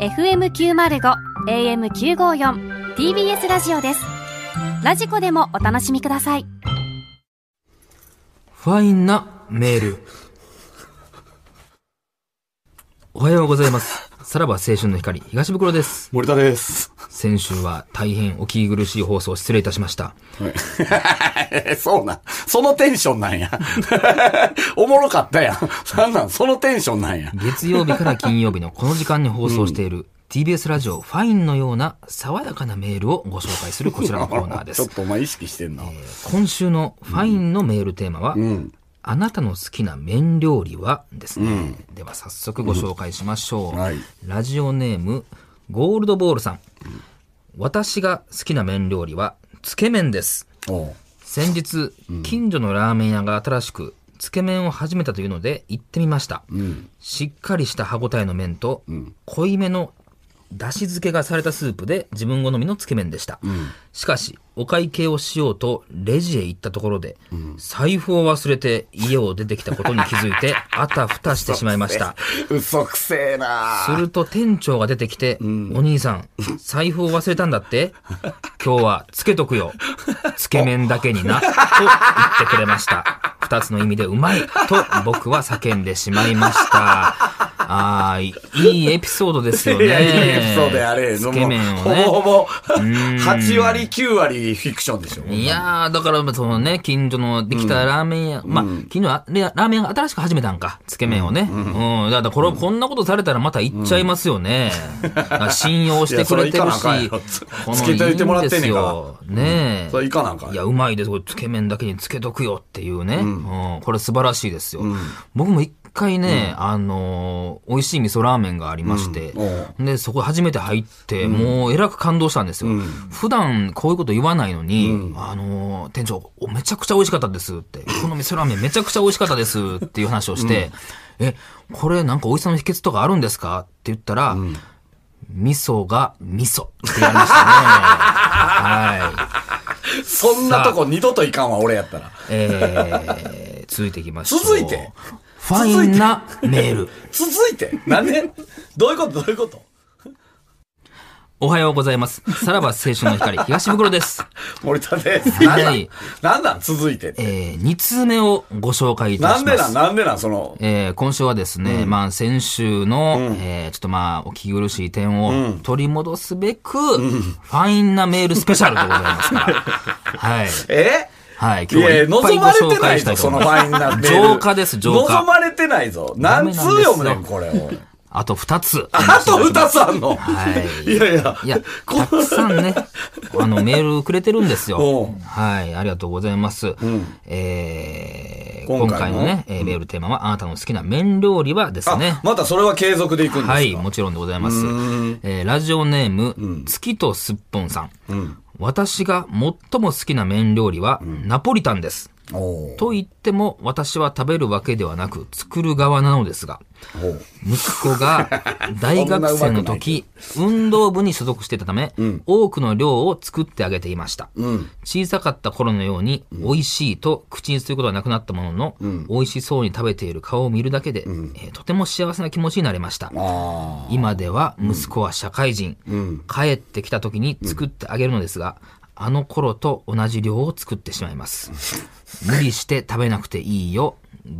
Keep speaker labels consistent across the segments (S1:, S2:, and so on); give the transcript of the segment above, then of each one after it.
S1: FM905 AM954 TBS ラジオですラジコでもお楽しみください
S2: ファインなメール。おはようございます。さらば青春の光、東袋です。
S3: 森田です。
S2: 先週は大変お聞き苦しい放送を失礼いたしました。
S3: そうなん。そのテンションなんや。 おもろかったやん。なんなん、そのテンションなんや。
S2: 月曜日から金曜日のこの時間に放送している TBS ラジオファインのような爽やかなメールをご紹介するこちらのコーナーで
S3: ちょっ
S2: す。
S3: とお前意識してんな。
S2: 今週のファインのメールテーマは、
S3: うん。
S2: あなたの好きな麺料理はですね。では早速ご紹介しましょう。
S3: うんはい
S2: ラジオネーム、ゴールドボールさん。私が好きな麺料理は、つけ麺です。
S3: おう
S2: 先日、近所のラーメン屋が新しく、つけ麺を始めたというので行ってみました。しっかりした歯ごたえの麺と、濃いめのだし漬けがされたスープで自分好みのつけ麺でした。しかし、お会計をしようとレジへ行ったところで、財布を忘れて家を出てきたことに気づいて、あたふたしてしまいました。
S3: 嘘くせえな
S2: すると店長が出てきて、お兄さん、財布を忘れたんだって今日はつけとくよ。つけ麺だけにな、と言ってくれました。二つの意味でうまい、と僕は叫んでしまいました。あーいいいエピソードですよ
S3: いや、いいエ
S2: ね。
S3: ピソードやれ。
S2: つけ麺を
S3: ほぼ
S2: ね。
S3: ほぼ、8割、9割フィクションでしょ。
S2: いやー、だから、そのね、近所のできたラーメン屋、まあ、近所はラーメン屋が新しく始めたんか、つけ麺をね。うん、だからこれ、こんなことされたらまた行っちゃいますよね。だから信用してくれて
S3: い
S2: る
S3: や
S2: し
S3: それ行かなあかんよ、つけといてもらってんねんから
S2: ねえ。
S3: それいかなんかん
S2: いや、うまいです。これ、つけ麺だけにつけとくよっていうね。うん、これ素晴らしいですよ。僕も一回ね、あのー美味しい味噌ラーメンがありまして
S3: うんお、
S2: で、そこ初めて入って、もうえらく感動したんですよ。普段こういうこと言わないのに、あのー店長、おめちゃくちゃ美味しかったですって、この味噌ラーメンめちゃくちゃ美味しかったですっていう話をして、え、これなんか美味しさの秘訣とかあるんですかって言ったら、味噌が味噌って言われました ね。はい。
S3: そんなとこ二度といかんわ、俺やったら。
S2: えー、続いていきましょう。
S3: 続いて
S2: ファインなメール。
S3: 続いて、なんでどういうことどういうこと
S2: おはようございます。さらば青春の光、東袋です。
S3: 森田です。なん
S2: は
S3: なん
S2: い
S3: なんなん続いてって。
S2: えー、2通目をご紹介いたしま
S3: な
S2: す。
S3: んでなんなんでなんその、
S2: えー今週はですね、まあ先週の、えーちょっとまあお聞き苦しい点を取り戻すべく、ファインなメールスペシャルでございますか ら。はい。
S3: え
S2: はい、
S3: い
S2: 今日はい
S3: や、
S2: っぱいご
S3: 望まれて
S2: 紹
S3: な
S2: 介
S3: い
S2: した
S3: ぞ、
S2: いと
S3: そ
S2: 思
S3: の
S2: います。
S3: ファインなメール。
S2: 浄化です浄化
S3: 望まれてないぞ。
S2: ダメな
S3: 何
S2: ん
S3: 通
S2: ですよ
S3: 読むねん、これ。おい
S2: あと2つ。
S3: あと二つあんの
S2: はい
S3: いやいや。
S2: いや、たくさんね、あの、メールくれてるんです
S3: お
S2: よ
S3: う。
S2: はい、ありがとうございます。えー今
S3: 今
S2: 回
S3: 回の
S2: のね、えーメールテーマは、あなたの好きな麺料理はですね
S3: あ、。またそれは継続でいくんですか
S2: はい、もちろんでございます。えーラジオネーム、月とすっぽんさん。私が最も好きな麺料理は、ナポリタンです。
S3: おう
S2: と言っても、私は食べるわけではなく、作る側なのですが、
S3: おう
S2: 息子が大学生の時、運動部に所属していたため、多くの量を作ってあげていました。小さかった頃のように、美味しいと口にすることはなくなったものの、美味しそうに食べている顔を見るだけで、えーとても幸せな気持ちになれました。
S3: あ
S2: 今では息子は社会人、帰ってきた時に作ってあげるのですが、あの頃と同じ量を作ってしまいます。無理して食べなくていいよ。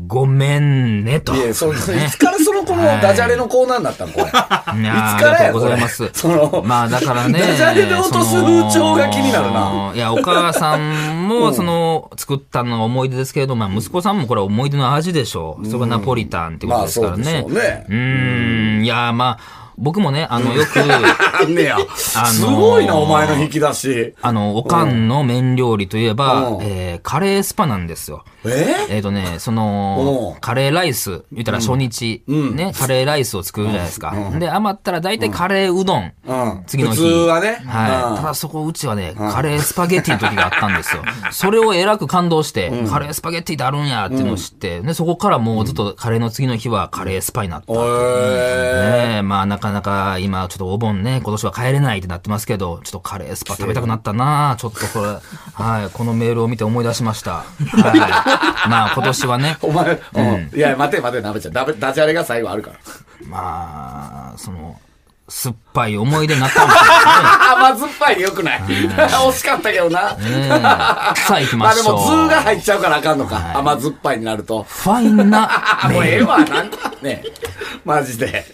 S2: ごめんね、と。
S3: あ。いや、それ、い
S2: ね
S3: つからそのこのダジャレのコーナーになったのこ れ。いつか
S2: いやー
S3: らや
S2: ありがとうございます
S3: これ。その、
S2: まあだからね。
S3: ダジャレで落とす風潮が気になる
S2: そ
S3: な。
S2: の。いや、お母さんも、その、作ったのは思い出ですけれど、まあ息子さんもこれは思い出の味でしょう。それがナポリタンってこと
S3: まあ、
S2: ですか
S3: そ
S2: ら
S3: うでし
S2: ね
S3: ょ。うね
S2: う。ーん、いや、まあ、僕もね、あの、 よく、
S3: あんねや。
S2: ー
S3: すごいな、お前の引き出し。
S2: あの、おかんの麺料理といえば
S3: う、ん
S2: えーカレースパなんですよ。
S3: え
S2: えっ、とね、その
S3: う、ん
S2: カレーライス、言ったら初日、ね、カレーライスを作るじゃないですか。で、余ったら大体カレーうどん。
S3: うん。
S2: 次の日。
S3: 普通はね。
S2: はい。ただそこ、うちはね、カレースパゲティの時があったんです よ。それをえらく感動して、カレースパゲティってあるんやっていうのを知って、ね、そこからもうずっとカレーの次の日はカレースパになった。
S3: うん。えー
S2: ねえ、まあなかなか今ちょっとお盆ね、今年は帰れないってなってますけど、ちょっとカレースパ食べたくなったなちょっとこ れ、はい、このメールを見て思い出しました。はい。まあ今年はね、
S3: お前、うんいや、待て待て、なべちゃん。ダメダジャレが最後あるから。
S2: まあ、その、酸っぱい思い出になったんです
S3: あ甘酸っぱいでよくない惜しかったけどな。
S2: ね。 さあ行き
S3: ま
S2: ま
S3: あで
S2: しょう。
S3: も、ズーが入っちゃうからあかんのか。甘酸っぱいになると。
S2: ファインな
S3: あ、もうえ
S2: メ
S3: え
S2: ール。
S3: わ、なんだねえ。マジで。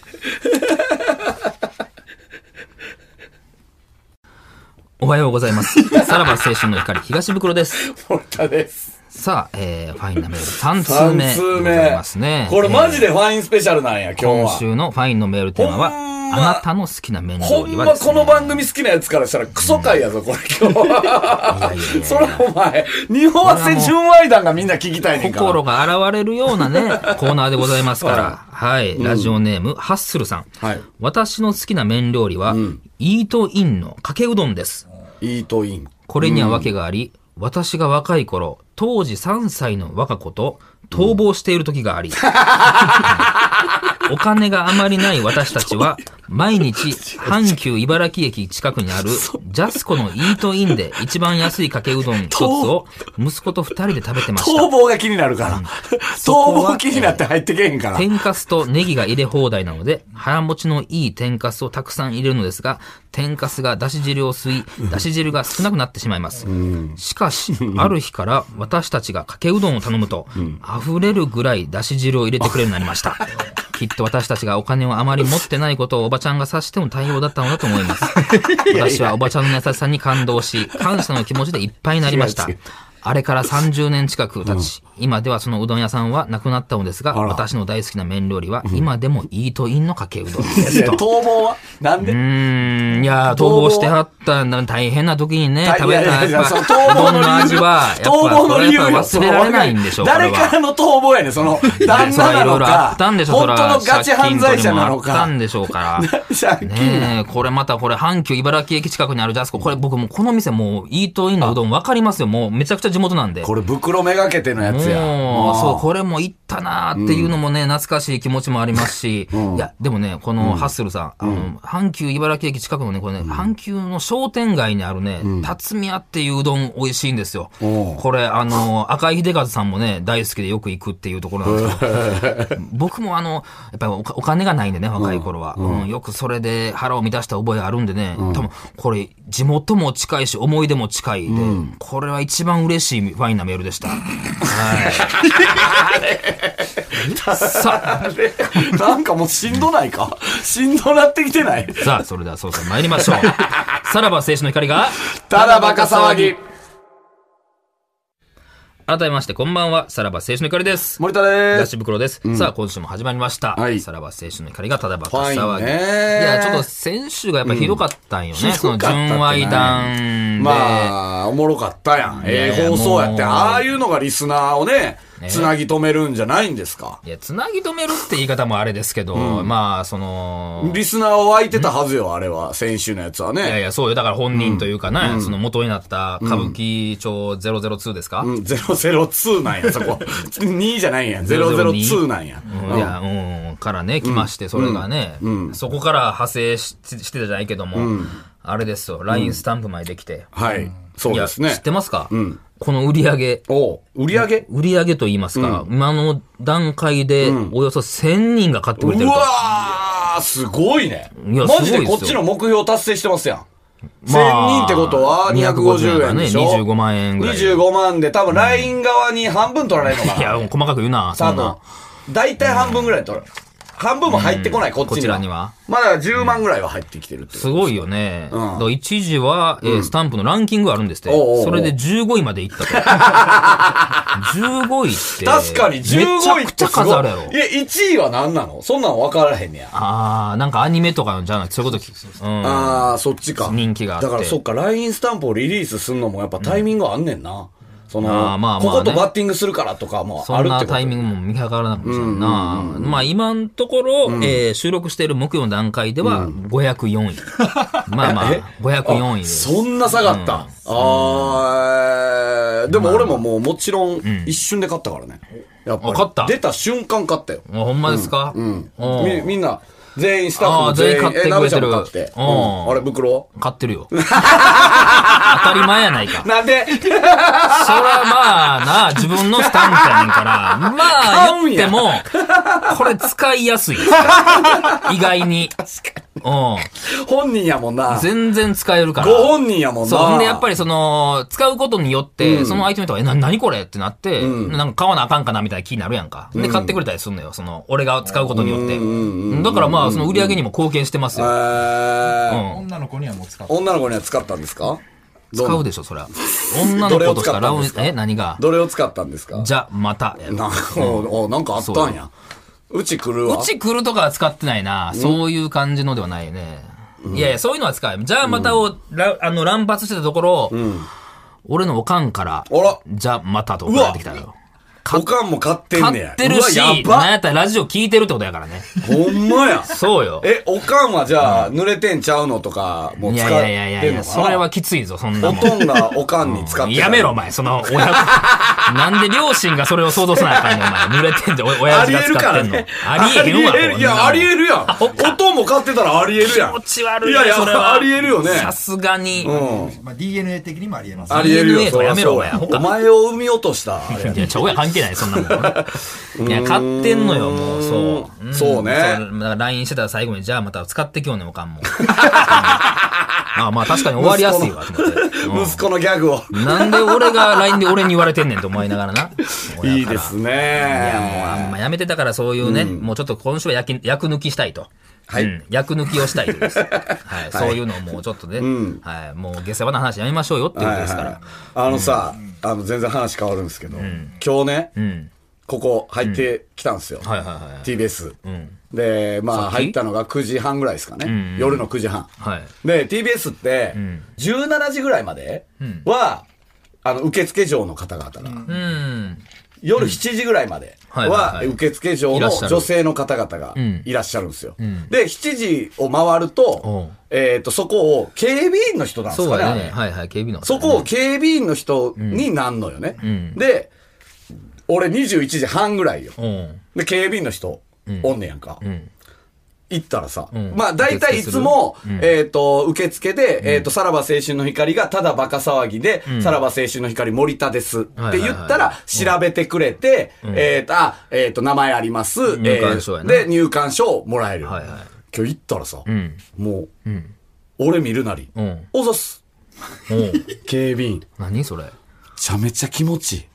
S2: おはようございます。さらば青春の光、東袋です。
S3: 本田です。
S2: さあ、えー、ファインなメール3通
S3: 3
S2: 目で
S3: 通
S2: ご
S3: 目。
S2: ざいますね。
S3: これマジ
S2: で、
S3: でファインスペシャルなんや、今日
S2: 今
S3: は。
S2: 週のファインのメールテーマは、
S3: ほんま
S2: あなたの好きなメニュー
S3: ほ
S2: 料
S3: ん
S2: 理は
S3: ま
S2: です、ね。
S3: この番組好きなやつからしたらクソ回やぞ、これ今日は。それお前、日本はせ純愛団がみんな聞きたいねんから。
S2: 心が現れるようなね、コーナーでございますから。はい。ラジオネーム、ハッスルさん。
S3: はい
S2: 私の好きな麺料理は、イートインのかけうどんです。
S3: イートイン。
S2: これには訳があり、私が若い頃、当時3歳の若子と逃亡している時があり、お金があまりない私たちは、毎日、阪急茨城駅近くにある、ジャスコのイートインで一番安いかけうどん一つを、息子と二人で食べてました。
S3: 逃亡が気になるから。逃亡気になって入ってけへんから。
S2: 天かすとネギが入れ放題なので、腹持ちのいい天かすをたくさん入れるのですが、天かすがだし汁を吸い、だし汁が少なくなってしまいます。しかし、ある日から私たちがかけうどんを頼むと、溢れるぐらいだし汁を入れてくれるようになりました。きっと私たちがお金をあまり持ってないことをおばちゃんが察しての対応だったのだと 思います。私はおばちゃんの優しさに感動し、感謝の気持ちでいっぱいになりました
S3: 違う違う。
S2: あれから30年近く経ち、今ではそのうどん屋さんはなくなったのですが、
S3: あら
S2: 私の大好きな麺料理は、今でもイートインのかけうどんで
S3: い
S2: す
S3: や
S2: と。う
S3: 逃亡はなんで
S2: ーん、いやー、逃亡してはったんだ大変な時にね、食べた
S3: いやいやいや
S2: やっ
S3: そ
S2: ぱ、
S3: の
S2: う
S3: 逃亡
S2: どん
S3: の理由
S2: の味は、やっぱ、
S3: 逃亡
S2: こ
S3: の理由
S2: れ
S3: よ
S2: は忘れられないんでしょう、これ
S3: 誰か
S2: は。
S3: らの逃亡やねんその、旦那な
S2: そらいろ
S3: の
S2: いろあ
S3: か
S2: っ、たんでしょ、そ
S3: 本
S2: ら
S3: 当のガチ犯罪者な
S2: 借金取り
S3: の
S2: もあった
S3: か
S2: ん。でしょうから。
S3: 借金な
S2: ねえ、これまたこれ、阪急茨城駅近くにあるジャスコ。これ僕もうこの店もう、イートインのうどん分かりますよ。もうめちゃくちゃ地元なんで。
S3: これ袋めがけてのやつや。
S2: もう、
S3: あー
S2: そう、これも行ったなーっていうのもね、懐かしい気持ちもあります し、いや、でもね、このハッスルさん、あの、阪急茨城駅近くのね、これね、阪急の商店街にあるね、辰宮っていううどん美味しいんですよ。
S3: おう
S2: これ、あの、赤井秀和さんもね、大好きでよく行くっていうところなんですけ ど、僕もあの、やっぱりおお金がないんでね、若い頃は。うんよくそれで腹を満たした覚えあるんでね、多分、これ、地元も近いし、思い出も近いで、これは一番嬉しいファインなメールで した。さあ、
S3: なんかもうしんどないかしんどなってきてない
S2: さあ、それではそうさん参り ましょう。さらば青春の光が、
S3: ただバカ騒ぎ。
S2: 改めまして、こんばんは、さらば青春の光です。
S3: 森田で
S2: 出
S3: す。
S2: し袋です、さあ、今週も始まりました。
S3: はい
S2: さらば青春の光がただバカ
S3: フ
S2: 騒
S3: ァイ
S2: ぎ。
S3: ンね
S2: いや、ちょっと先週がやっぱひどかったんよね。
S3: うんひ
S2: その
S3: どかったってね
S2: 純愛団で。
S3: まあ、おもろかったやん。え
S2: ね
S3: え
S2: え
S3: 放送やって、
S2: もう
S3: ああいうのがリスナーをね
S2: ね、え
S3: つなぎ止めるんじゃないんですか。
S2: いや、つなぎ止めるって言い方もあれですけど、まあ、その、
S3: リスナーは湧いてたはずよ、あれは。先週のやつはい
S2: やい
S3: ね。
S2: や、そうよ。だから本人というかね、その元になった歌舞伎町002ですか、
S3: うん、002なん や、そこ。2じゃないんや、002なんや。
S2: うんいや、うん、からね、来まして、それがね、そこから派生ししてたじゃないけども、あれですよ、LINE スタンプ前できて。
S3: はい。そう
S2: いや、
S3: ですね
S2: 知っ。てますか、この売り上げ、
S3: お売り上げ
S2: 売り上げと言いますか、今の段階で、およそ1000人が買ってくれて
S3: う
S2: ると。
S3: わー、すごいね。
S2: いや
S3: マジ
S2: すごいで
S3: で
S2: すよ
S3: こっちの目標達成してますやん。
S2: まあ
S3: 1000人ってことは
S2: 250
S3: 250円でしょ、
S2: 25万円ぐらい
S3: 25万で多分 LINE 側に半分取られるの
S2: い
S3: か
S2: や、
S3: な。
S2: 細かく言うな、そ
S3: 多
S2: んな。
S3: 分。大体半分ぐらい取られる。半分も入ってこない、こっちには。
S2: こちらには
S3: まだ10万ぐらいは入ってきてるってこと
S2: すごいよね。
S3: ん
S2: だから一時は、えースタンプのランキングがあるんですって。
S3: おうおうおう
S2: それで15位まで行 ったと。15位って。
S3: 確かに15
S2: めちゃ
S3: 位っ
S2: く
S3: て
S2: ちゃ
S3: すごい。
S2: 数あるやろ
S3: い。や、1位は何なのそんなん分からへんねや。
S2: あー、なんかアニメとかじゃなくて、そういうこと聞く。うん。
S3: ああ、そっちか。
S2: 人気があって
S3: だからそっか、LINE スタンプをリリースするのもやっぱタイミングあんねんな。その、
S2: あーまあまあね
S3: こことバッティングするからとかもあ
S2: そ
S3: る
S2: ん
S3: ってこと
S2: なタイミングも見計らなくもしれんな。まあ今のところ、えー収録している木曜の段階では504位。まあまあ、504位です。
S3: そんな下がった。ああーでも俺ももうもちろん一瞬で勝ったからね。やっぱ
S2: あ
S3: り
S2: 勝った
S3: 出た瞬間勝ったよ。
S2: あほんまですかおう
S3: みみんな、全員スタッフ
S2: あ
S3: も
S2: ー
S3: 全員、
S2: 全員買って
S3: え、
S2: く
S3: 鍋
S2: れ
S3: ち
S2: て
S3: ゃん
S2: る
S3: も買って。う
S2: うん
S3: んあれ、袋
S2: 買ってるよ。当たり前やないか。
S3: なんで
S2: それはまあなあ、自分のスタンプやねんから、 まあ
S3: 買うん
S2: 言って
S3: や
S2: も、これ使いや すい。意外に。う。。
S3: 本人やもんなん
S2: 全然使えるから。
S3: ご本人やもんな。
S2: そう。ほんで、やっぱりその、使うことによって、その相手の人が、え、な、なにこれってなって、なんか買わなあかんかなみたいな気になるやんか。で、買ってくれたりすんのよ。その、俺が使うことによって。だからまあ、その売り上げにも貢献してます
S3: え
S2: よ。う
S3: ー。
S2: ん。
S4: 女の子にはもう使う。
S3: 女の子には使ったんですかど
S2: 使
S3: の
S2: うでしょ、 そりゃ。女の子としかラウン
S3: どれを使ったんですか
S2: え、何が
S3: どれを使ったんですか
S2: じゃ、また。や
S3: なんか、おなんかあったんや。うち来るわ。
S2: うち来るとかは使ってないな。そういう感じのではないよね。いやいや、そういうのは使うよ。じゃあまたを、らあの、乱発してたところ、俺のおかんから、
S3: あら
S2: じゃあまたと送られてきたのよ。
S3: おかんも買ってんね
S2: 買
S3: や。
S2: ってるし、
S3: うわや
S2: なんや
S3: ば
S2: ったらラジオ聞いてるってことやからね。
S3: ほんまや。
S2: そうよ。
S3: え、おかんはじゃあ、濡れてんちゃうのとか、もう
S2: いや
S3: 使っ
S2: い
S3: てんのかな
S2: やいやいやいや、それはきついぞ、そんな
S3: お
S2: もん。
S3: とんがおかんに使ってた
S2: やめろ、お。前、その、親、 なんで両親がそれを想像せなあかんねん、お前。濡れてんじゃん、お親
S3: あ
S2: 父
S3: りえ
S2: が
S3: る
S2: 使
S3: か
S2: って
S3: ら
S2: んの
S3: ね。。
S2: ありえへんわ、
S3: ありえるいや、ありえるやん。おとんも買ってたらありえるやん。
S2: 気持ち悪い
S3: い
S2: な
S3: やいや、
S2: それは。
S3: ありえるよね。
S2: さすがに。
S3: うん。
S4: まあ、DNA 的にもありえます。
S3: ありえる
S2: DNA
S3: よ。
S2: とやめろ
S3: そらそう
S2: お前
S3: やお前を産み落とした。あれ
S2: いや、ちょ、親関係ない、そんなもん。いや、買ってんのよ、もう、そう。ん
S3: そうね
S2: だから LINE してたら最後に、じゃあまた使ってきようね、おか んも。うんあまあ確かに終わりやすいわ、と思って。うん
S3: 息子のギャグを。
S2: なんで俺が LINE で俺に言われてんねんと思いながらな。
S3: いいですね。
S2: いや、もうあんまやめてたからそういうね、もうちょっと今週は焼き、役抜きしたいと。
S3: はい
S2: うん役抜きをしたい です。はい。そういうのをもうちょっとね、はい。もう下世話な話やめましょうよっていうことですか
S3: はいは
S2: ら
S3: い。あのさ、あの、全然話変わるんですけど、今日ね、
S2: うん。
S3: ここ入ってきたんですよ。
S2: はいはいはい。
S3: TBS。
S2: ん
S3: で、まあ
S2: っき
S3: 入ったのが9時半ぐらいですかね。
S2: うん
S3: 夜の9時半。
S2: はい。
S3: で、TBS って
S2: ん、
S3: 17時ぐらいまでは、あの、受付嬢の方々が、
S2: うん。
S3: 夜7時ぐらいまで
S2: はいはい
S3: は
S2: はい、
S3: 受付嬢
S2: いら
S3: の
S2: っしゃる
S3: 女性の方々が
S2: ん
S3: いらっしゃるんですよ。で、7時を回ると
S2: おう、
S3: えっと、そこを警備員の人なんです
S2: そ
S3: か
S2: う
S3: ね
S2: や
S3: あ
S2: ね。
S3: れ。
S2: はいはい、警備の。
S3: そこを警備員の人になんのよね。
S2: ん
S3: で、俺21時半ぐらいよ。
S2: うん。
S3: で、警備員の人、おんねやんか。
S2: ん
S3: 行ったらさ、
S2: ん
S3: まあ大体いつも、えっ、と、受付で、えっ、と、さらば青春の光がただバカ騒ぎで、さらば青春の光森田ですって言ったら、調べてくれて、えっ、と、あ、えっ、と、名前あります。
S2: 入館証やな
S3: えーで、入館証をもらえる。
S2: はいはい
S3: 今日行ったらさ、
S2: ん
S3: もう、俺見るなり、
S2: うん。
S3: おざっす。
S2: うん。
S3: 警備員、め
S2: 何それ。
S3: ちゃめちゃ気持ちいい。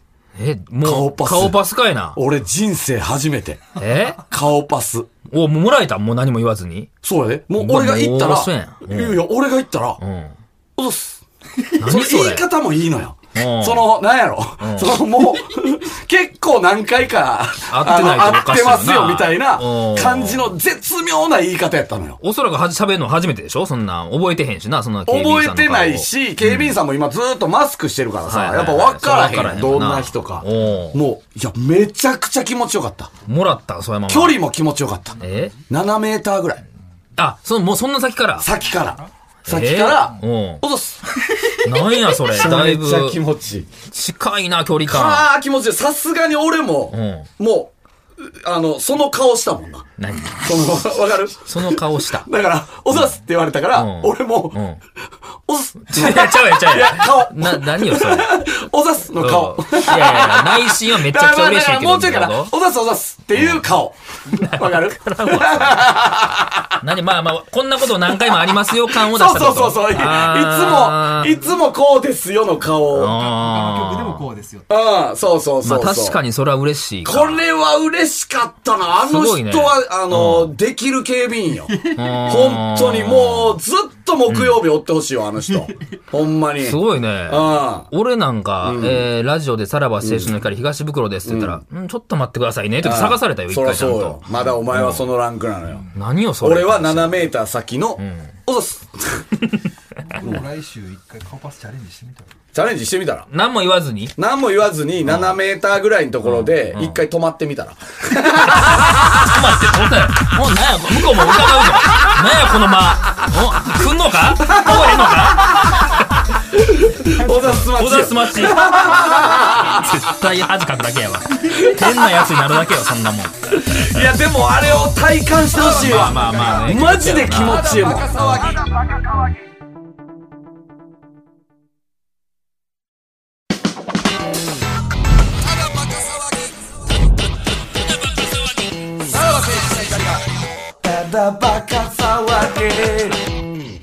S2: え、もう、
S3: 顔パス
S2: 顔パスかいな。
S3: 俺人生初めて、
S2: え
S3: 顔パス。
S2: お、もうもらえたもう何も言わずに。
S3: そうやで。もう
S2: まあ
S3: 俺が行った
S2: もうそうや
S3: ら、
S2: ん
S3: いやいや、俺が行ったら
S2: う、ん。
S3: おどす。
S2: 何
S3: その
S2: それ
S3: 言い方もいいのよ
S2: う。ん
S3: その、なんやろ。そのもう、 結構何回か、
S2: 会ってないとお
S3: あの
S2: か
S3: 会
S2: し
S3: っ
S2: い
S3: て
S2: よな
S3: ますよ、みたいな
S2: うん
S3: 感じの絶妙な言い方やったのよ。
S2: おそらくはじ喋るの初めてでしょそんなん覚えてへんしな、そんな警備員
S3: 覚
S2: さ
S3: え
S2: んの顔
S3: てないし、警備員さんも今ずーっとマスクしてるからさ、
S2: はいはい
S3: や
S2: は
S3: っ
S2: い
S3: ぱ分からへ
S2: そう
S3: ん。ど
S2: 分からへんも
S3: ん
S2: んな
S3: な人か。
S2: うん
S3: もう、いや、めちゃくちゃ気持ちよかった。
S2: もらった、そやまま。
S3: 距離も気持ちよかった。
S2: え
S3: 7メーターぐらい。
S2: あ、その、もうそんな先から。
S3: 先から。先から、
S2: えーうん
S3: おどす。
S2: なんや、それ。だい
S3: め
S2: ぶ
S3: っ、ちゃ気持ちいい。
S2: 近いな、距離感。
S3: ああ、気持ちいい。さすがに俺も、もう、うあの、その顔したもんな。
S2: 何
S3: その、わかる
S2: その顔した。
S3: だから、おざすって言われたから、
S2: うん
S3: 俺も、
S2: うん。
S3: おす、
S2: ちゃうやんちゃうやんちゃうやん
S3: 顔
S2: な、何よ、それ。
S3: おざすの 顔。
S2: うんいやいや、内心はめちゃくちゃ嬉しいけど。
S3: もうちょいかな。おざすおざすっていう顔。わかる
S2: 何まあまあ、こんなこと何回もありますよ感を出し
S3: そう
S2: た
S3: そ
S2: こ
S3: うそ
S2: と
S3: うそう。いい
S2: あー
S3: つも、いつもこうですよの顔。
S2: あ
S4: 他の曲でもこうですよ。
S3: うん、そうそう
S2: ーま
S3: そ
S2: あ
S3: う。
S2: 確か
S3: に。
S2: にそれは嬉しいか。
S3: これは嬉しかったな。あの
S2: す
S3: 人
S2: ごいね
S3: は、あの、できる警備員よ。
S2: うん
S3: 本当にもうずっと木曜日追ってほしいよ、あ の人。ほんまに。
S2: すごいね。
S3: あ
S2: 俺なんか、えーラジオでさらば青春の光東袋ですって言ったら、うん、ちょっと待ってくださいねって言って探されたよ、一
S3: そら
S2: 回ちゃん
S3: そう
S2: と
S3: よ。。まだお前はそのランクなのよ。
S2: 何よ、それ。
S3: 俺は7メーター先の、おざす。
S4: 僕も来週一回顔パスチャレンジしてみたら。
S3: チャレンジしてみたら。
S2: 何も言わずに。
S3: 何も言わずに7メーターぐらいのところで、一回止まってみたら。
S2: ちょっと待って、ほんとやもうなんや、向こうも疑うぞ。なんや、この間。お、来んのか
S3: おざすま
S2: 小
S3: ち
S2: 田
S3: よ
S2: ス。マッチ。絶対恥かくだけやわ。変なやつになるだけよ、そんなもん。
S3: いや、でもあれを体感してほしいわ。
S2: まあまあまあね
S3: マジで気持ちいいもん。だバカ騒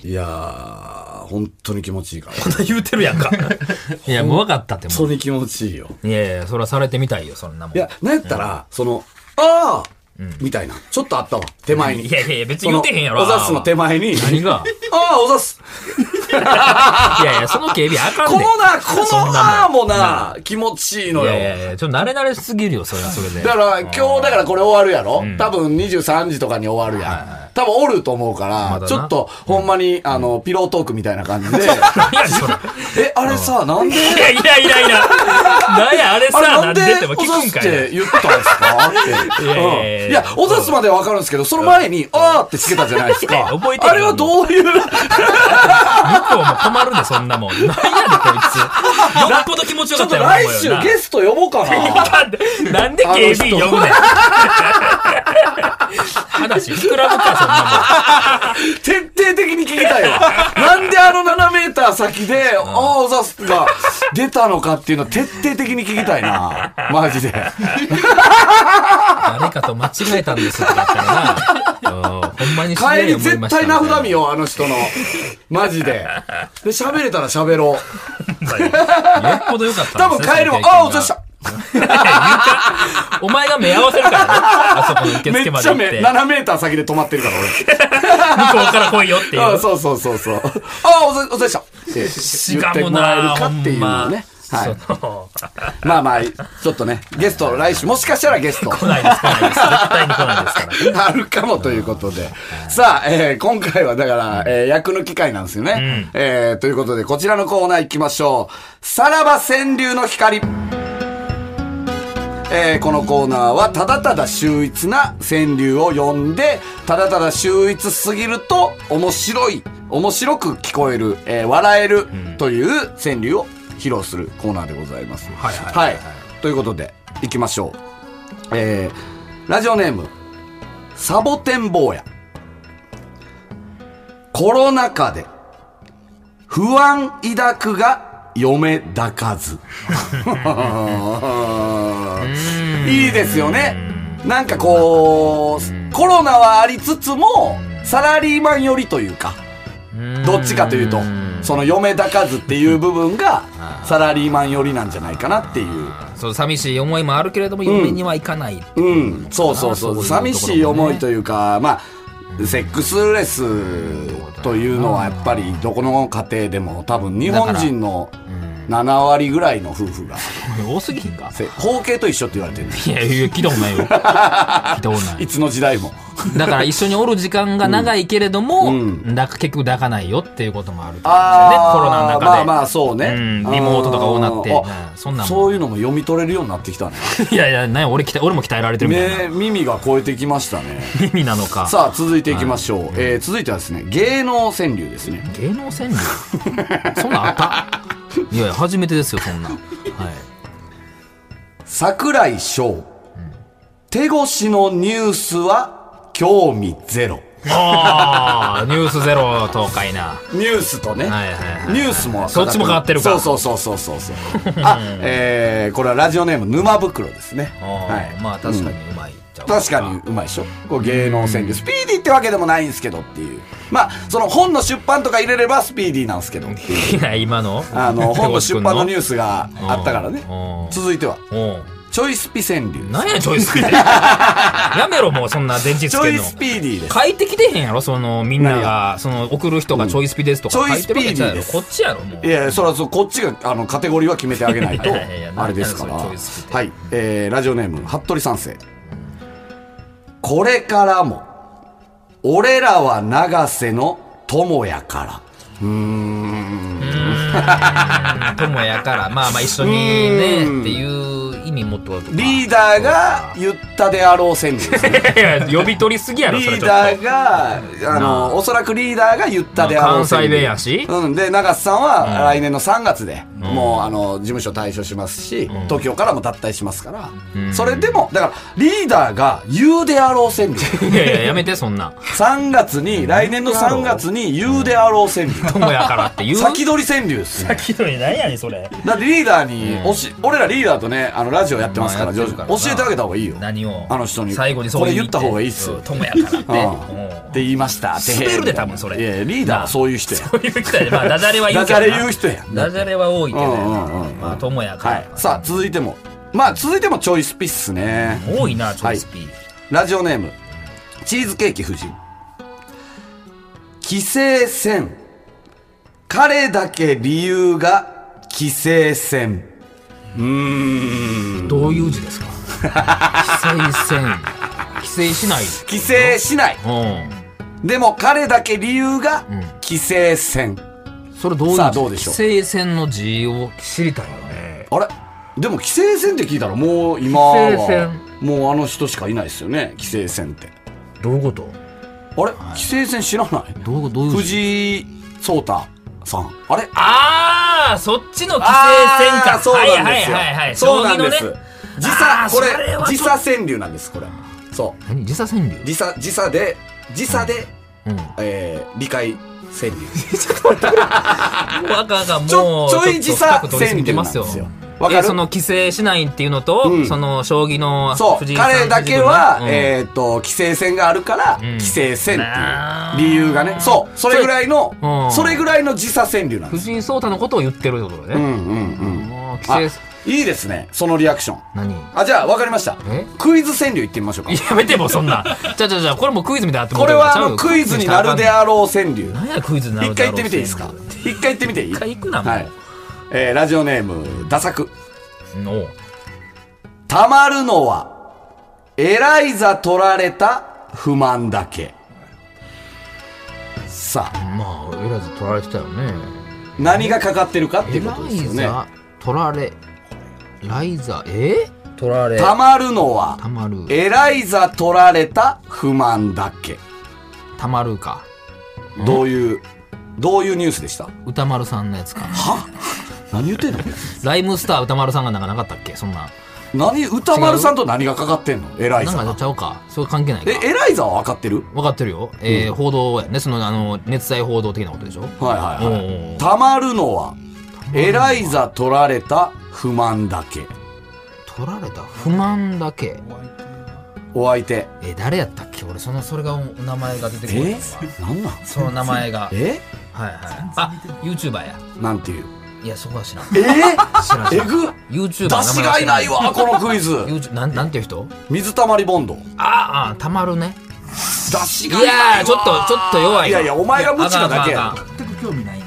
S3: ぎいやー本当に気持ちいいから
S2: こんな言うてるやんか。いや、もう分かったっても
S3: 本当に気持ちいいよ
S2: う。いやいや、それはされてみたいよ、そんなもん。
S3: いやなんやったら、そのああ、みたいなちょっとあったわ手前に
S2: いやいやいや別に言うてへんやろ
S3: そのおざすの手前に
S2: 何が
S3: ああおざす
S2: いやいや、その警備あかん
S3: こ
S2: で。
S3: のなこ
S2: そん
S3: の
S2: な
S3: ああもな気持ちいいの
S2: もん。い
S3: よ
S2: やいやいや、ちょっと慣れ慣れすぎるよ、それはそれで。
S3: だから、今日、だからこれ終わるやろ、多分23時とかに終わるやん。多分おると思うから、
S2: まだな
S3: ちょっと、ほんまに、あの、ピロートークみたいな感じで、
S2: 何や それ。
S3: え、あれさ、なんで、
S2: いやいやいやいや。なんや、あ れさ、
S3: あれ
S2: な
S3: なんん
S2: で
S3: で
S2: っても、
S3: お
S2: 聞
S3: ざ
S2: く
S3: す
S2: ん
S3: っ
S2: かい
S3: て。言ったんですかっ て。
S2: いやいやいや
S3: うんいや、おざすまではわかるんですけど、その前に、あーってつけたじゃないです
S2: いや
S3: か。
S2: 覚えてるよ
S3: あれはどう いう、
S2: 向こうも困るで、そんなもん。なんやで、こいつ。 よっぽど気持ちよ
S3: ち
S2: か
S3: ょ
S2: っ
S3: ったと
S2: よ、
S3: 来週
S2: お前
S3: ゲスト呼ぼうかな。
S2: はななんで警備員呼ぶねん。話膨らむか、そんなもん。
S3: 徹底的に聞きたいわ。 なんであの7メーター先で、ああ、おざすが出たのかっていうのを徹底的に聞きたいな。マジで。
S2: 誰かと間違えたんですってなったらな。うんほんまにすげえ
S3: 帰り
S2: 思いま
S3: 絶
S2: した
S3: 対名札見よう、あの人の。マジで。で、喋れたら喋ろ
S2: よ
S3: う。
S2: っぽどよかった
S3: 多
S2: ん
S3: 分
S2: ですね
S3: 帰りも
S2: その経験、が
S3: ああ、おざした。
S2: お前が目合わせるからね。あそこの受
S3: めっ
S2: 付
S3: ち
S2: まで
S3: ゃ
S2: 行っ
S3: 目、
S2: て。向こ
S3: 7メーター先で止まってるから、
S2: うから来いよってい
S3: 俺。ああ、
S2: う。
S3: そうそうそうそう。ああ、おざ、おざした。って
S2: し
S3: 言っ
S2: か
S3: て
S2: も
S3: もらえる
S2: な、
S3: か
S2: ほ
S3: ってい
S2: ん
S3: うの
S2: ま。
S3: ね。は
S2: そ
S3: い。
S2: の
S3: まあまあ、ちょっとね、ゲスト、来週、もしかしたらゲスト。
S2: 来ないです、来ないです。絶対に来ないですから。
S3: あるかもということで。さあ、えー今回はだから、えー役の機会なんですよね。えーということで、こちらのコーナー行きましょう。さらば川柳の光。えーこのコーナーは、ただただ秀逸な川柳を読んで、ただただ秀逸すぎると、面白い、面白く聞こえる、えー笑える、という川柳を披露するコーナーでございます。
S2: はいはい
S3: はい。ということで、行きましょう。えーラジオネーム、サボテン坊や。コロナ禍で、不安抱くが嫁抱かず。いいですよね。なんかこう、コロナはありつつも、サラリーマン寄りというか、どっちかというと、その嫁抱かずっていう部分が、サラリーマン寄りなんじゃないかなっていう。
S2: そう、寂しい思いもあるけれども、嫁には行かない。
S3: うん、そうそ
S2: そうい
S3: うそう
S2: うところもね
S3: 寂しい思いというか、まあ、セックスレスというのはやっぱりどこの家庭でも多分日本人の7割ぐらいの夫婦が、
S2: 多すぎひんか
S3: せ包茎と一緒って言われてるの
S2: いやいや、聞いたこと ないよ。聞いたことない
S3: い。つの時代も。
S2: だから一緒におる時間が長いけれども、
S3: ん
S2: だか結局抱かないよっていうこともあると思うんですよね、
S3: あー
S2: コロナの中で。
S3: まあまあそうね、
S2: うんリモートとか多なって
S3: あ
S2: うんそんなんも
S3: そういうのも読み取れるようになってきたね
S2: いやいや、なんや俺きた俺も鍛えられてるみたいな、
S3: ね耳が超えてきましたね
S2: 意味なのか。
S3: さあ続いていきましょう、えー続いてはですね芸能川柳ですね
S2: 芸能川柳そんなんあ ったいやいや、初めてですよ、そんなん。はい。
S3: 桜井翔、手越しのニュースは興味ゼロ
S2: ああ、ニュースゼロ東海な。
S3: ニュースとね、
S2: はいはいはい
S3: ニュースも
S2: そっちも変わってるか
S3: そうそうそうそうそうそうあえー、これはラジオネーム沼袋ですね
S2: あー
S3: はい
S2: まあ確かにうまいっちゃう
S3: 確かにうまいでしょこう芸能川柳スピーディーってわけでもないんですけどっていうまあその本の出版とか入れればスピーディーなんですけどっていう
S2: に。いや、今の
S3: あ の本の出版のニュ
S2: ー
S3: ースがあったからね
S2: うんうん
S3: 続いては
S2: ス。おう
S3: ちょいスピ川柳
S2: なんや、チョイスピー ディーやめろ、もうそんな電池
S3: ち
S2: つ
S3: ょ
S2: けん
S3: い
S2: の。
S3: スピーディーです
S2: 書いてきてへんやろそのみんながその送る人がチョイスピですとか
S3: うん
S2: 書いてるわけじゃないや
S3: チ
S2: ろこっちやろもう
S3: いやいやそらそうこっちがあのカテゴリーは決めてあげないと
S2: いやいやいや
S3: あれですから
S2: なんやねんそれチョイスって
S3: はい、えー、ラジオネーム服部三世これからも俺らは永瀬の友やから
S2: 友やからまあまあ一緒にねっていう意味もっと
S3: リーダーが言ったであろう川柳ですね
S2: いやいや呼び取りすぎやろ
S3: リ
S2: それ
S3: ー
S2: ちょっ
S3: ダ
S2: と
S3: ーがあのおそらくリーダーが言ったであろう
S2: まあ関西弁やし
S3: うん、で永瀬さんは来年の3月で、もうあの事務所退所しますし、東京からも脱退しますから、それでもだからリーダーが言うであろう川 柳
S2: いやいややめてそんな
S3: 3月に、来年の3月に言うであろう川柳。
S2: 友やからっていう
S3: 先取り川柳ですね。
S2: きどい何やねんそれ
S3: だってリーダーに、おし、俺らリーダーとね、あの、ラジオやってますから、
S2: まあやって
S3: 徐
S2: るか
S3: 々
S2: ら
S3: に
S2: な
S3: 教えてあげた方がいいよ。
S2: 何を
S3: あの人に
S2: 最後にそう
S3: これ言った方がいいっす
S2: うん友やからって
S3: ああ
S2: うん
S3: って言いました。
S2: 滑るで多分それ
S3: いやリーダーはそういう人や。
S2: そういう人やね。まあ、ダジャレは言うけどな
S3: ダジャレ言う人やん
S2: ダジャレは多いけど
S3: うん
S2: ね
S3: うんうんうん。
S2: まあ、友やか
S3: は
S2: ら
S3: い。。さあ、続いても。まあ、続いてもちょいスピっすね。
S2: 多いな、チョイスピー。
S3: ラジオネーム、チーズケーキ夫人。帰省戦。彼だけ理由が帰省戦。
S2: どういう字ですか規制線。規制しない。
S3: 帰省しない。
S2: う
S3: でも彼だけ理由が帰省戦。
S2: ん。それどういう字
S3: さあどうでしょう
S2: 規制線の字を知りたいよね。
S3: あれでも帰省戦って聞いたらもう今
S2: 帰省
S3: は
S2: 戦、
S3: もうあの人しかいないですよね。帰省戦って。
S2: どういうこと
S3: あれ帰省戦知らない
S2: どういうことどういう字
S3: 藤井聡太さん。あれ
S2: あー、そっちの規制線
S3: あ
S2: か。
S3: ーそうなんですよ。
S2: はいはいはいはい。
S3: そうなんです
S2: 将棋のね。。
S3: 時差
S2: あ、ー
S3: こ
S2: それ
S3: れ
S2: は、ち
S3: 時
S2: ょっと
S3: 差川柳なんです、これ。そう。
S2: 何時差川柳
S3: 時差、時差で、時差で、
S2: うん。
S3: えー、理解川柳。
S2: わかんあかん
S3: ち
S2: も
S3: ょ
S2: う
S3: ちょい時差
S2: ちょっと深く取りすぎてますよ
S3: 川柳なんですよわ
S2: わ
S3: かる
S2: その規制しないっていうのと、
S3: うん
S2: その将棋の
S3: そう。
S2: さん
S3: 彼だけは、
S2: 藤井君ね
S3: えっと、規制線があるから、
S2: ん
S3: 規制線
S2: あ
S3: っ
S2: ー
S3: ていう理由がね。そう。それぐらいの
S2: う、ん
S3: それぐらいの時差川柳なん
S2: うん
S3: です。
S2: 藤井聡太のことを言ってるってこと
S3: うんう
S2: ね、
S3: んうん。
S2: もう
S3: あ
S2: 規制
S3: いいですね。そのリアクション。
S2: 何
S3: あ、じゃあ、わかりました
S2: え。
S3: クイズ川柳いってみましょうか。
S2: やめてもうそんなじゃあじゃあじゃあこれもクイズみたいになっても
S3: こ
S2: うて
S3: れ
S2: る
S3: は、
S2: ち
S3: あ
S2: ゃう
S3: の、
S2: よ
S3: クイズになるであろう川柳。
S2: 何やクイズになる
S3: 一
S2: であろう
S3: 回行ってみていいですか一回行ってみていい
S2: 一回行くなもう、
S3: はい。えーラジオネーム、ダサク。
S2: おう
S3: たまるのは、エライザ取られた不満だけ。さあ、
S2: まあエライザ取られてたよね
S3: 何がかかってるかって
S2: エ
S3: いうこ
S2: ラ
S3: とで
S2: イ
S3: すよね。
S2: ザ取られライザえ取られ
S3: たまるのは
S2: た、まる
S3: エライザ取られた不満だけ。
S2: たまるか
S3: どういう、どういうニュースでした
S2: 歌丸さんのやつか
S3: 何言ってんの
S2: ライムスター歌丸さんがなんかなかったっけそんな。
S3: 何、歌丸さんと何がかかってんのエライ
S2: なん
S3: ザ
S2: か
S3: が。
S2: ちゃうか。それ関係ない
S3: え、
S2: か。
S3: エライザは分かってる
S2: 分かってるよ。えー報道やね。その、あの、熱愛報道的なことでしょ
S3: はいはいはい。
S2: おうおうおう
S3: たまるのは、エライザ取られた不満だけ。
S2: 取られた不満だけ。
S3: お相手。
S2: えー誰やったっけ俺、その、それがおお名前が出てこないわ
S3: えなんなん
S2: その名前が。はい
S3: え
S2: はい。あ、YouTuber や。
S3: なんていう。
S2: いや、そこは知らん。
S3: え
S2: 知らん知
S3: え
S2: らん。
S3: ぐ
S2: YouTuber
S3: 出しがいないわ、このクイズ。
S2: 名前は知らん。YouTube、なん、なんていう人
S3: 水たまりボンド。
S2: ああ、たまるね。
S3: 出し
S2: い
S3: がいないわ。
S2: やー、ちょっと、ちょっと弱いわ。
S3: いやいや、お前が無知なだ
S2: あかんあ
S3: けや
S2: かんあかん。
S4: 全く興味ないんだ。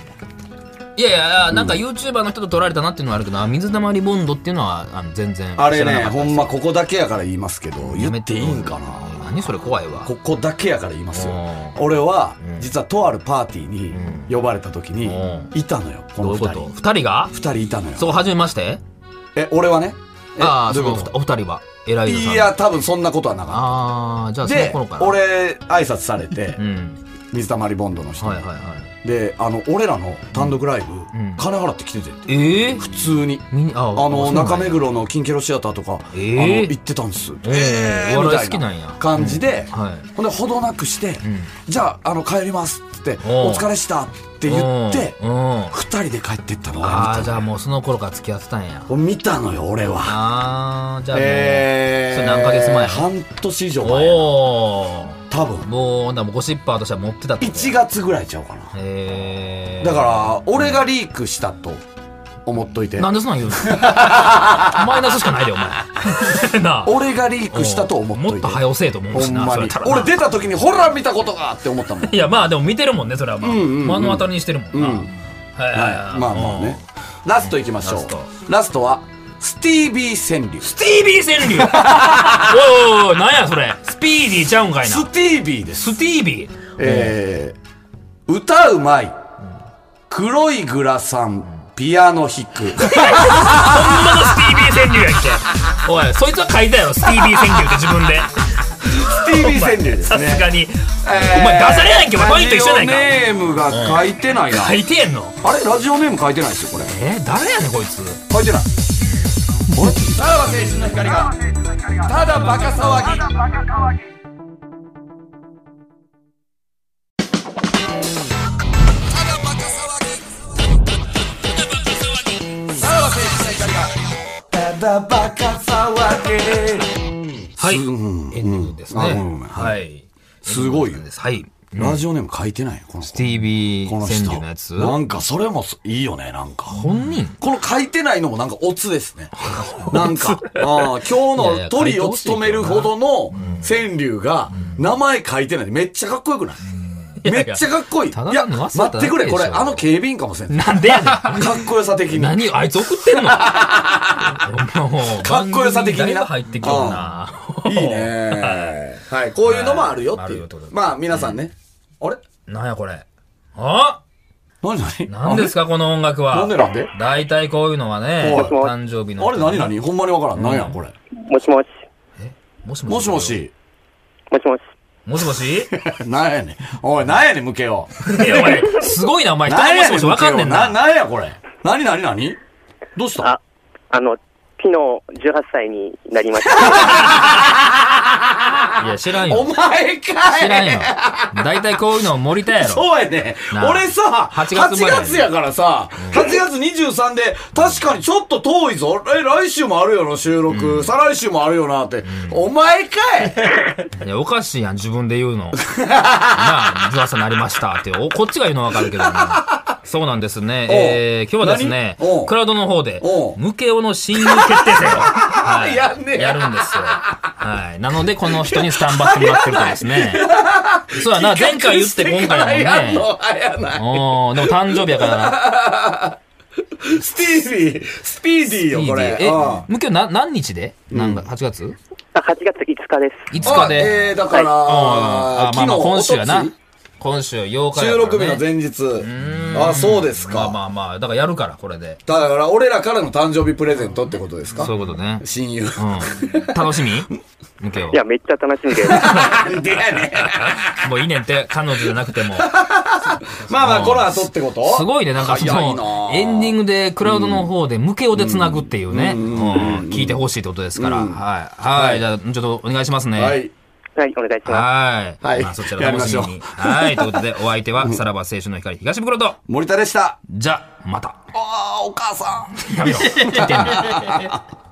S2: いやいや、なんか YouTuber の人と撮られたなっていうのはあるけど、あ水溜りボンドっていうのはあの全然知
S3: あれ
S2: らな
S3: ね、
S2: かった
S3: ほんまここだけやから言いますけど、
S2: や
S3: 言
S2: め
S3: っていいんかな。
S2: 何それ怖いわ。
S3: ここだけやから言いますよ
S2: う。
S3: 俺は
S2: う、ん
S3: 実はとあるパーティーに呼ばれた時に
S2: うん、
S3: いたのよ、こ
S2: どういう
S3: の二
S2: こと
S3: 人。
S2: 二人が
S3: 二人いたのよ。
S2: そこ初めまして
S3: え、俺はね。え
S2: ああ、そ
S3: ど
S2: う
S3: い
S2: の
S3: うこと
S2: お二人は。偉いさん。
S3: いや、多分そんなことはなかっ
S2: ああ、じゃ
S3: た。
S2: あその
S3: で
S2: 頃か、ら。。
S3: 俺、挨拶されて
S2: う、ん。
S3: 水溜りボンドの人
S2: はいは
S3: に
S2: いは
S3: で、あの、俺らの単独ライブ、
S2: ん
S3: 金払ってきてて、
S2: い。ええ
S3: 普通に。
S2: みんあ
S3: あの、中目
S2: ぐ。
S3: 黒の金キロシアターとか、
S2: えー
S3: あの、行ってたんです。
S2: ええ、お
S3: みた
S2: 笑
S3: い
S2: い好きなんや。
S3: 感じで、
S2: うんはい
S3: ほんで、ほどなくして、じゃあ、あの、帰りますってって、
S2: おう
S3: お疲れしたって言って、
S2: うん。うん
S3: 二人で帰ってったの俺見
S2: あ
S3: た
S2: あ、じゃあ
S3: のよ
S2: もうその頃から付き合ってたんや。
S3: 俺見たのよ、俺は。
S2: ああ、じゃあもう。
S3: え
S2: そ
S3: ー、
S2: れ何ヶ月前
S3: 半年以上前やな。
S2: おお。
S3: 多分、
S2: もう、ほんならもうゴシッパーとしては持ってたってこと
S3: 1月ぐらいちゃうかな。
S2: えー
S3: だから、俺がリークしたと思っといて。
S2: なんでそんなん言う のマイナスしかないで、お前。 なあ
S3: 俺がリークしたと思っと
S2: も
S3: い。
S2: ってと早押せえと思う
S3: ほ
S2: し
S3: ん
S2: な、
S3: ま
S2: それ
S3: に
S2: やった。らな
S3: 俺出た時に、ほら見たことがって思ったもん。
S2: いや、まあでも見てるもんね、それはまあ。
S3: んうんうん
S2: 目の当たりにしてるもんな。
S3: うん
S2: はいはい
S3: は。
S2: はいい
S3: まあまあね。。ラストいきましょう
S2: ラスト。
S3: ラストは、スティービー川柳。ス
S2: スティービー川柳おいおいおい、なんやそれ。スピーディーちゃうんかいな。
S3: ティービーです。
S2: スティービー。
S3: えー、歌うまい。黒いグラサン、ピアノ弾 く。
S2: ほんまのスティービー川柳やっけ。おい、そいつは書いたやろ、スティービー川柳って自分で。
S3: スティービー川柳です
S2: さ
S3: ね。
S2: すがに。
S3: えー
S2: お前出されないんけ、お前イント一緒や
S3: ラ
S2: ない
S3: ジオネームが書いてないな。
S2: か。書いてやんの。
S3: あれラジオネーム書いてないですよ、これ。
S2: えー、誰やねん、こいつ。
S3: 書いてない。さらば青春の光が、ただバカ騒ぎ。ただバカ騒ぎ。
S2: はい。エ
S3: うん
S2: ンディングですね。
S3: あごめんごめん
S2: はい。
S3: すごいよ
S2: なんです。はい。
S3: ラジオネーム書いてないよ、この
S2: スティービー
S3: この
S2: 川
S3: 人
S2: 柳のやつ。
S3: なんかそれもすいいよね、なんか。
S2: 本人
S3: この書いてないのもなんかオツで すね。なんか、あ
S2: いや
S3: あ今
S2: い
S3: 日の
S2: や
S3: トリを務めるほどの川柳が名前書いてない。めっちゃかっこよくないめっちゃかっこいい。い
S2: ただの
S3: や、
S2: 忘
S3: 待
S2: れただけで
S3: って
S2: しょ
S3: くれ、これ、あの警備員かもしれん。か
S2: なんでやねん。
S3: っこよさ的に。
S2: 何あいつ送ってん のもう
S3: かっこよさ的
S2: 番組だ
S3: にな
S2: いぶ入ってきよるな。
S3: いいね。はい、こういうのもあるよってい
S2: は
S3: う
S2: いあるよ。
S3: まあ、皆さんね。あれ
S2: なんやこれ。あ
S3: 何何
S2: 何ですかこの音楽は。
S3: なんでなんで
S2: 大体こういうのはね、
S3: はい
S2: 誕生日の。
S3: あれ何何ほんまにわからん。何やこれ。
S5: もしもし。
S2: もし
S3: も
S2: もし。
S3: しも。し。
S5: もしもし。
S2: もしもし
S3: 何やねん。おい、何やねん、ムケオ。
S2: いや、お前、すごいな、お前。 人
S3: 何
S2: のもし
S3: やね
S2: も
S3: ん、
S2: しわかんねん
S3: な、
S2: な。
S3: 何やこれ。何何何どうした
S5: あ、あの、ピノ18歳になりました。
S2: いや、知らん
S3: お
S2: よ。
S3: 前
S2: 知ら
S3: か
S2: んよ
S3: い。。
S2: 大体こういうの森田やろ。
S3: そうやね。
S2: なあ
S3: 俺さ、
S2: 8
S3: 8
S2: 月生まれ
S3: 月やからさ、8月23で、確かにちょっと遠いぞ。え、来週もあるよな、収録。再来週もあるよな、って。お前かい
S2: いや、おかしいやん、自分で言 うの。なあ、18歳になりましたって。お、こっちが言うのはわかるけどな。そうなんですね。
S3: おう
S2: えー、今日はですね
S3: 何お、う
S2: クラウドの方で
S3: お、う
S2: ムケオの親友決定戦を、 は
S3: やんねや
S2: やるんですよ。はい。なので、この人にスタンバってもらってるとです ね。そうやな、前回言って今回やもんね。
S3: あやない。
S2: おーでも誕生日やからな。
S3: スティービー、スピーディーよ、これ。
S2: え
S3: うん、
S2: ムケオな、何日でなんか、8月
S5: あ8月5日です。
S2: ?5 日
S3: あ
S2: で。
S3: えー、だから、
S2: あまあ
S3: 昨
S2: まあ
S3: 日、
S2: 今週や
S3: お
S2: な
S3: とつい。
S2: 今週8日や
S3: 収
S2: からね
S3: 録日の前日。あ、そうです
S2: まあ
S3: か。
S2: まあまあ、だからやるから、これで。
S3: だから、俺らからの誕生日プレゼントってことですか
S2: そういうこと ね。
S3: 親友。
S2: うん。楽しみ向けよ
S5: いや、めっちゃ楽しみです。
S3: なんでやねん。
S2: う。もういいねんって、彼女じゃなくても。
S3: まあまあ、この後ってこと
S2: すごいね、なんかそ
S3: 早いな
S2: の、エンディングで、クラウドの方で、向けをで繋ぐっていうね、うん聞いてほしいってことですから。はい。は。
S3: はいい
S2: じゃあ、ちょっとお願いしますね。
S3: はい。
S5: はい、お願いします。
S2: はい。
S3: はい
S2: まあそちら楽しみ
S3: や
S2: に。
S3: りましょう
S2: はい。ということで、お相手は、さらば青春の光東袋と、
S3: 森田でした。
S2: じゃ、また。
S3: ああ、お母さん。
S2: やめろ。言ってんねん